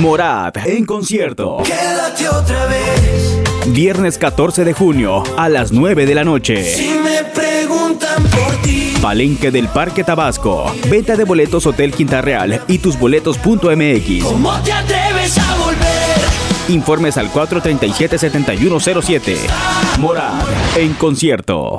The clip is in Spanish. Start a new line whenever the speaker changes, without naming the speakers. Morad en concierto.
Quédate otra vez.
Viernes 14 de junio a las 9 de la noche.
Si me preguntan por ti,
Palenque del Parque Tabasco. Venta de boletos Hotel Quinta Real y tusboletos.mx.
¿cómo te atreves a volver?
Informes al 437-7107. Morad en concierto.